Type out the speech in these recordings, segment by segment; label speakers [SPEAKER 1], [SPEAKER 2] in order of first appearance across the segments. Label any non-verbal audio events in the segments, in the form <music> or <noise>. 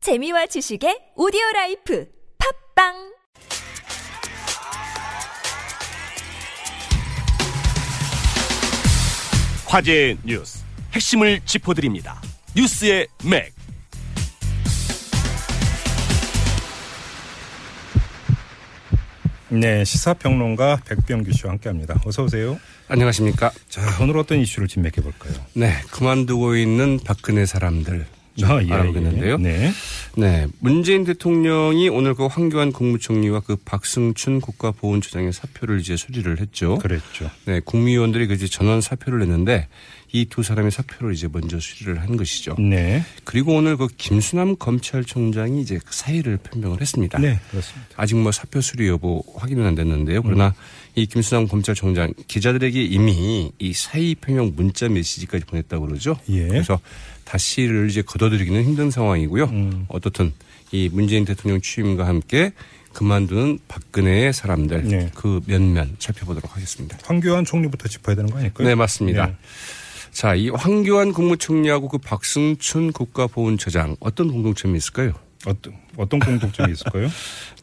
[SPEAKER 1] 재미와 지식의 오디오 라이프 팝빵
[SPEAKER 2] 화제 뉴스 핵심을 짚어드립니다. 뉴스의 맥.
[SPEAKER 3] 네, 시사평론가 백병규 씨와 함께합니다. 어서 오세요.
[SPEAKER 4] 안녕하십니까.
[SPEAKER 3] 자, 오늘 어떤 이슈를 진맥해 볼까요?
[SPEAKER 4] 네, 그만두고 있는 박근혜 사람들 좀
[SPEAKER 3] 아, 예,
[SPEAKER 4] 알아보겠는데요.
[SPEAKER 3] 예. 네,
[SPEAKER 4] 네, 문재인 대통령이 오늘 그 황교안 국무총리와 그 박승춘 국가보훈처장의 사표를 이제 수리를 했죠.
[SPEAKER 3] 그랬죠.
[SPEAKER 4] 네, 국무위원들이 그 이제 전원 사표를 냈는데 이 두 사람의 사표를 이제 먼저 수리를 한 것이죠.
[SPEAKER 3] 네,
[SPEAKER 4] 그리고 오늘 그 김수남 검찰총장이 이제 그 사의를 표명을 했습니다.
[SPEAKER 3] 네, 그렇습니다.
[SPEAKER 4] 아직 뭐 사표 수리 여부 확인은 안 됐는데요. 그러나 이 김수남 검찰총장 기자들에게 이미 이 사의 표명 문자 메시지까지 보냈다고 그러죠.
[SPEAKER 3] 예.
[SPEAKER 4] 그래서 다시를 이제 거둬들이기는 힘든 상황이고요.
[SPEAKER 3] 음.
[SPEAKER 4] 어떻든 이 문재인 대통령 취임과 함께 그만두는 박근혜의 사람들
[SPEAKER 3] 네.
[SPEAKER 4] 그 면면 살펴보도록 하겠습니다.
[SPEAKER 3] 황교안 총리부터 짚어야 되는 거 아닐까요?
[SPEAKER 4] 네, 맞습니다.
[SPEAKER 3] 네.
[SPEAKER 4] 자, 이 황교안 국무총리하고 그 박승춘 국가보훈처장 어떤 공동점이 있을까요?
[SPEAKER 3] 어떤 어떤 공통점이
[SPEAKER 4] <laughs>
[SPEAKER 3] 있을까요?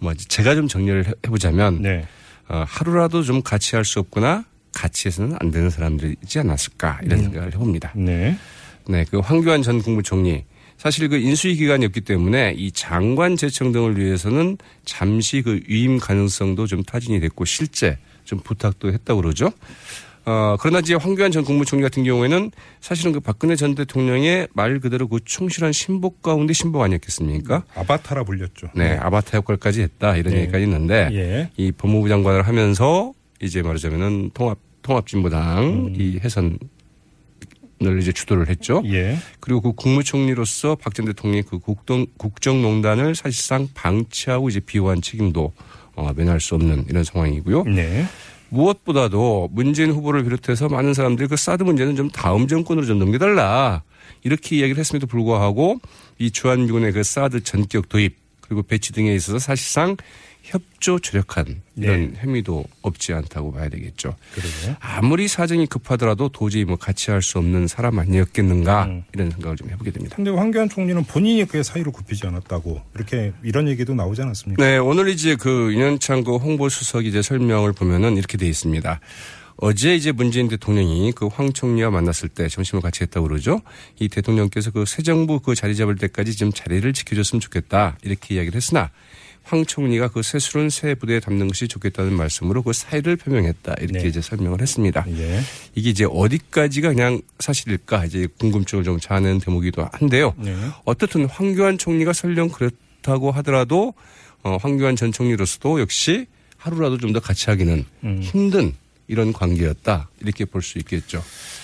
[SPEAKER 4] 뭐 이제 제가 좀 정리를 해- 해보자면
[SPEAKER 3] 네,
[SPEAKER 4] 어, 하루라도 좀 같이 할 수 없구나 같이 해서는 안 되는 사람들이지 않았을까 이런 생각을 해봅니다.
[SPEAKER 3] 네,
[SPEAKER 4] 네, 그 황교안 전 국무총리 사실 그 인수위 기간이었기 때문에 이 장관 제청 등을 위해서는 잠시 그 위임 가능성도 좀 타진이 됐고 실제 좀 부탁도 했다고 그러죠. 어, 그러나 이제 황교안 전 국무총리 같은 경우에는 사실은 그 박근혜 전 대통령의 말 그대로 그 충실한 신복 가운데 신복 아니었겠습니까?
[SPEAKER 3] 아바타라 불렸죠.
[SPEAKER 4] 네, 아바타 역할까지 했다 이런 얘기까지 있는데
[SPEAKER 3] 예.
[SPEAKER 4] 이 법무부 장관을 하면서 이제 말하자면은 통합 통합진보당 이 해선을 이제 주도를 했죠.
[SPEAKER 3] 음. 예,
[SPEAKER 4] 그리고 그 국무총리로서 박 전 대통령이 그 국정 국정농단을 사실상 방치하고 이제 비호한 책임도 어, 면할 수 없는 이런 상황이고요.
[SPEAKER 3] 네,
[SPEAKER 4] 무엇보다도 문재인 후보를 비롯해서 많은 사람들이 그 사드 문제는 좀 다음 정권으로 좀 넘겨달라 이렇게 이야기를 했음에도 불구하고 이 주한미군의 그 사드 전격 도입 그리고 배치 등에 있어서 사실상 협조 조력한 이런 혐의도 없지 않다고 봐야 되겠죠.
[SPEAKER 3] 네. 그러네요.
[SPEAKER 4] 아무리 사정이 급하더라도 도저히 뭐 같이 할 수 없는 사람 아니었겠는가
[SPEAKER 3] 음.
[SPEAKER 4] 이런 생각을 좀 해보게 됩니다.
[SPEAKER 3] 근데 황교안 총리는 본인이 그의 사의를 굽히지 않았다고 이렇게 이런 얘기도 나오지 않았습니까?
[SPEAKER 4] 네, 오늘 이제 그 윤현창 그 홍보수석 이제 설명을 보면은 이렇게 돼 있습니다. 어제 이제 문재인 대통령이 그 황 총리와 만났을 때 점심을 같이 했다고 그러죠. 이 대통령께서 그 새 정부 그 자리 잡을 때까지 좀 자리를 지켜줬으면 좋겠다 이렇게 이야기를 했으나 황 총리가 그 새술은 새 부대에 담는 것이 좋겠다는 말씀으로 그 사의를 표명했다 이렇게
[SPEAKER 3] 네.
[SPEAKER 4] 이제 설명을 했습니다.
[SPEAKER 3] 예,
[SPEAKER 4] 이게 이제 어디까지가 그냥 사실일까 이제 궁금증을 좀 자아낸 대목이기도 한데요.
[SPEAKER 3] 네.
[SPEAKER 4] 어떻든 황교안 총리가 설령 그렇다고 하더라도 어, 황교안 전 총리로서도 역시 하루라도 좀 더 같이 하기는 힘든 이런 관계였다 이렇게 볼 수 있겠죠.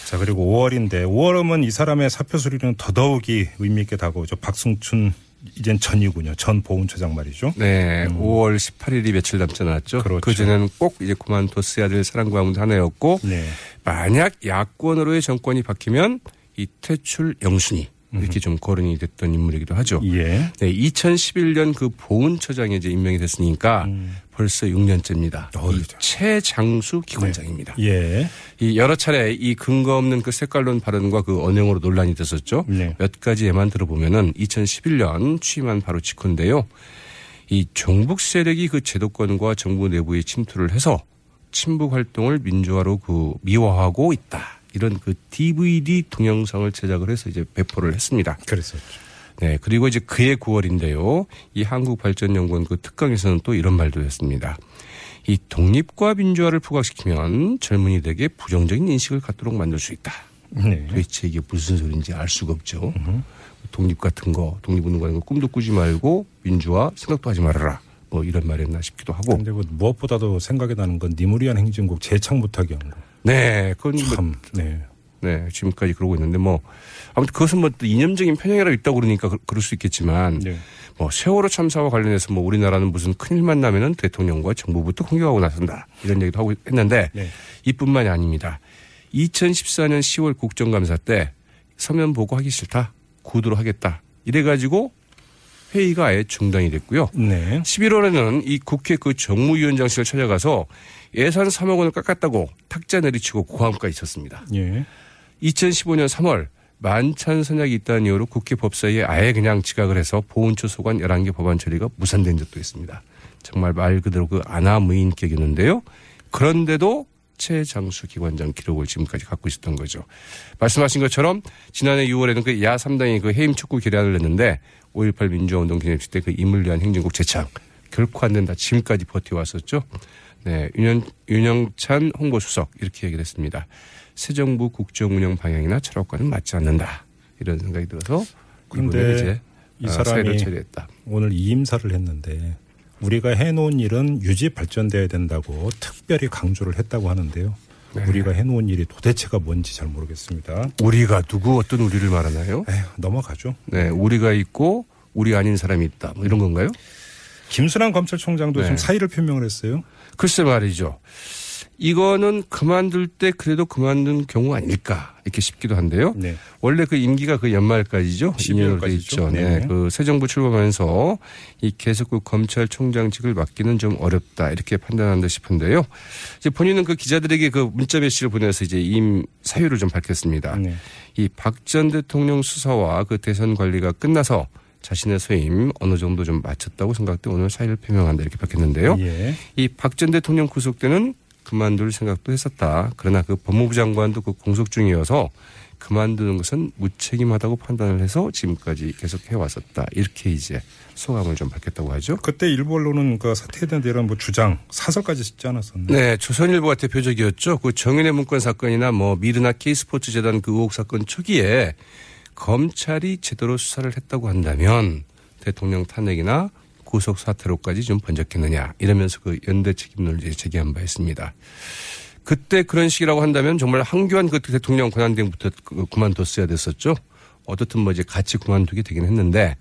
[SPEAKER 3] 자 그리고 5월인데 5월이면 이 사람의 사표 수리는 더더욱이 의미 있게 다가오죠. 박승춘 이젠 전이군요. 전 보훈처장 말이죠.
[SPEAKER 4] 네, 5월 18일이 며칠 남지 않았죠.
[SPEAKER 3] 그렇죠.
[SPEAKER 4] 그 전에는 꼭 이제 그만뒀어야 될 사랑 가운데 하나였고
[SPEAKER 3] 네.
[SPEAKER 4] 만약 야권으로의 정권이 바뀌면 이 퇴출 영순이 이렇게 좀 거론이 됐던 인물이기도 하죠.
[SPEAKER 3] 예.
[SPEAKER 4] 네, 2011년 그 보훈처장에 이제 임명이 됐으니까 벌써 6년째입니다.
[SPEAKER 3] 음. 어,
[SPEAKER 4] 이
[SPEAKER 3] 그렇죠.
[SPEAKER 4] 최장수 기관장입니다.
[SPEAKER 3] 예.
[SPEAKER 4] 이 여러 차례 이 근거 없는 그 색깔론 발언과 그 언행으로 논란이 됐었죠.
[SPEAKER 3] 네.
[SPEAKER 4] 몇 가지 예만 들어보면은 2011년 취임한 바로 직후인데요. 이 종북 세력이 그 제도권과 정부 내부에 침투를 해서 친북 활동을 민주화로 그 미화하고 있다. 이런 그 DVD 동영상을 제작을 해서 이제 배포를 했습니다.
[SPEAKER 3] 그랬었죠.
[SPEAKER 4] 네, 그리고 이제 그해 9월인데요. 이 한국발전연구원 그 특강에서는 또 이런 말도 했습니다. 이 독립과 민주화를 부각시키면 젊은이들에게 부정적인 인식을 갖도록 만들 수 있다.
[SPEAKER 3] 네.
[SPEAKER 4] 도대체 이게 무슨 소리인지 알 수가 없죠. 독립 같은 거, 독립운동 같은 거 꿈도 꾸지 말고 민주화 생각도 하지 말아라. 뭐 이런 말이었나 싶기도 하고.
[SPEAKER 3] 근데 뭐 무엇보다도 생각이 나는 건 니무리안 행진곡 재창 부탁이 한 거.
[SPEAKER 4] 네, 그건 뭐
[SPEAKER 3] 참. 네.
[SPEAKER 4] 네, 지금까지 그러고 있는데 뭐 아무튼 그것은 뭐또 이념적인 편향이라고 있다고 그러니까 그- 그럴 수 있겠지만
[SPEAKER 3] 네.
[SPEAKER 4] 뭐 세월호 참사와 관련해서 뭐 우리나라는 무슨 큰일만 나면은 대통령과 정부부터 공격하고 나선다 이런 얘기도 하고 했는데
[SPEAKER 3] 네.
[SPEAKER 4] 이뿐만이 아닙니다. 2014년 10월 국정감사 때 서면 보고하기 싫다 구두로 하겠다 이래가지고 회의가 아예 중단이 됐고요.
[SPEAKER 3] 네.
[SPEAKER 4] 11월에는 이 국회 그 정무위원장실을 찾아가서 예산 3억 원을 깎았다고 탁자 내리치고 고함까지 있었습니다.
[SPEAKER 3] 예.
[SPEAKER 4] 2015년 3월 만찬 선약이 있다는 이유로 국회 법사위에 아예 그냥 지각을 해서 보훈처 소관 11개 법안 처리가 무산된 적도 있습니다. 정말 말 그대로 그 아나무인격이었는데요. 그런데도 최장수 기관장 기록을 지금까지 갖고 있었던 거죠. 말씀하신 것처럼 지난해 6월에는 그 야 3당이 그 해임 촉구 결의안을 냈는데 5.18 민주화운동 기념식 때 그 임을 위한 행정국 재창 결코 안 된다 지금까지 버텨왔었죠. 네, 윤영, 윤영찬 홍보수석 이렇게 얘기를 했습니다. 새 정부 국정운영 방향이나 철학과는 맞지 않는다 이런 생각이 들어서
[SPEAKER 3] 근데
[SPEAKER 4] 이번에 이제
[SPEAKER 3] 이
[SPEAKER 4] 아, 사회를
[SPEAKER 3] 사람이
[SPEAKER 4] 처리했다.
[SPEAKER 3] 오늘 이임사를 했는데 우리가 해놓은 일은 유지 발전돼야 된다고 특별히 강조를 했다고 하는데요.
[SPEAKER 4] 네.
[SPEAKER 3] 우리가 해놓은 일이 도대체가 뭔지 잘 모르겠습니다.
[SPEAKER 4] 우리가 누구 어떤 우리를 말하나요?
[SPEAKER 3] 에휴, 넘어가죠.
[SPEAKER 4] 네, 우리가 있고 우리 아닌 사람이 있다 뭐 이런 건가요?
[SPEAKER 3] 김수랑 검찰총장도
[SPEAKER 4] 네.
[SPEAKER 3] 지금 사의를 표명을 했어요.
[SPEAKER 4] 글쎄 말이죠. 이거는 그만둘 때 그래도 그만둔 경우 아닐까 이렇게 싶기도 한데요.
[SPEAKER 3] 네.
[SPEAKER 4] 원래 그 임기가 그 연말까지죠.
[SPEAKER 3] 12월까지죠.
[SPEAKER 4] 돼 있죠.
[SPEAKER 3] 네.
[SPEAKER 4] 네. 그 새 정부 출범하면서 이 계속국 검찰총장직을 맡기는 좀 어렵다 이렇게 판단한다 싶은데요. 이제 본인은 그 기자들에게 그 문자 메시지를 보내서 이제 임 사유를 좀 밝혔습니다.
[SPEAKER 3] 네.
[SPEAKER 4] 이 박 전 대통령 수사와 그 대선 관리가 끝나서 자신의 소임 어느 정도 좀 마쳤다고 생각돼 오늘 사의를 표명한다 이렇게 밝혔는데요.
[SPEAKER 3] 예.
[SPEAKER 4] 이 박 전 대통령 구속 때는 그만둘 생각도 했었다. 그러나 그 법무부 장관도 그 공석 중이어서 그만두는 것은 무책임하다고 판단을 해서 지금까지 계속 해왔었다. 이렇게 이제 소감을 좀 밝혔다고 하죠.
[SPEAKER 3] 그때 일부 언론은 그 사태에 대한 이런 뭐 주장, 사설까지 짓지 않았었나요?
[SPEAKER 4] 네, 조선일보가 대표적이었죠. 그 정윤의 문건 사건이나 뭐 미르나 K스포츠 재단 그 의혹 사건 초기에 검찰이 제대로 수사를 했다고 한다면 대통령 탄핵이나 구속 사태로까지 좀 번졌겠느냐 이러면서 그 연대 책임론을 이제 제기한 바 있습니다. 그때 그런 식이라고 한다면 정말 황교안 그 대통령 권한대행부터 그- 그만뒀어야 됐었죠. 어떻든 뭐 이제 같이 그만두게 되긴 했는데,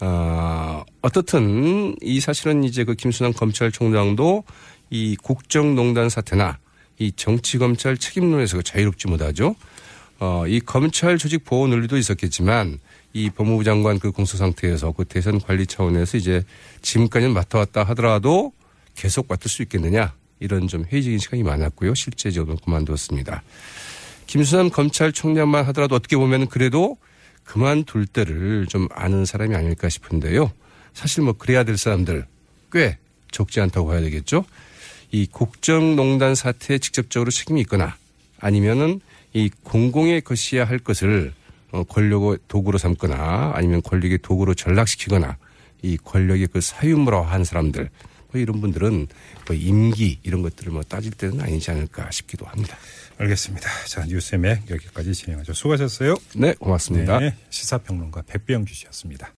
[SPEAKER 4] 어, 어떻든 이 사실은 이제 그 김순환 검찰총장도 이 국정농단 사태나 이 정치검찰 책임론에서 자유롭지 못하죠. 어, 이 검찰 조직 보호 논리도 있었겠지만 이 법무부 장관 그 공소 상태에서 그 대선 관리 차원에서 이제 지금까지는 맡아왔다 하더라도 계속 맡을 수 있겠느냐 이런 좀 회의적인 시간이 많았고요. 실제 적으로 그만두었습니다. 김수남 검찰총장만 하더라도 어떻게 보면 그래도 그만둘 때를 좀 아는 사람이 아닐까 싶은데요. 사실 뭐 그래야 될 사람들 꽤 적지 않다고 봐야 되겠죠. 이 국정농단 사태에 직접적으로 책임이 있거나 아니면은 이 공공의 것이야 할 것을 어, 권력의 도구로 삼거나 아니면 권력의 도구로 전락시키거나 이 권력의 그 사유물화한 사람들 뭐 이런 분들은 뭐 임기 이런 것들을 뭐 따질 때는 아니지 않을까 싶기도 합니다.
[SPEAKER 3] 알겠습니다. 자, 뉴스의 맥 여기까지 진행하죠. 수고하셨어요.
[SPEAKER 4] 네, 고맙습니다.
[SPEAKER 3] 네, 시사평론가 백비영 주씨였습니다.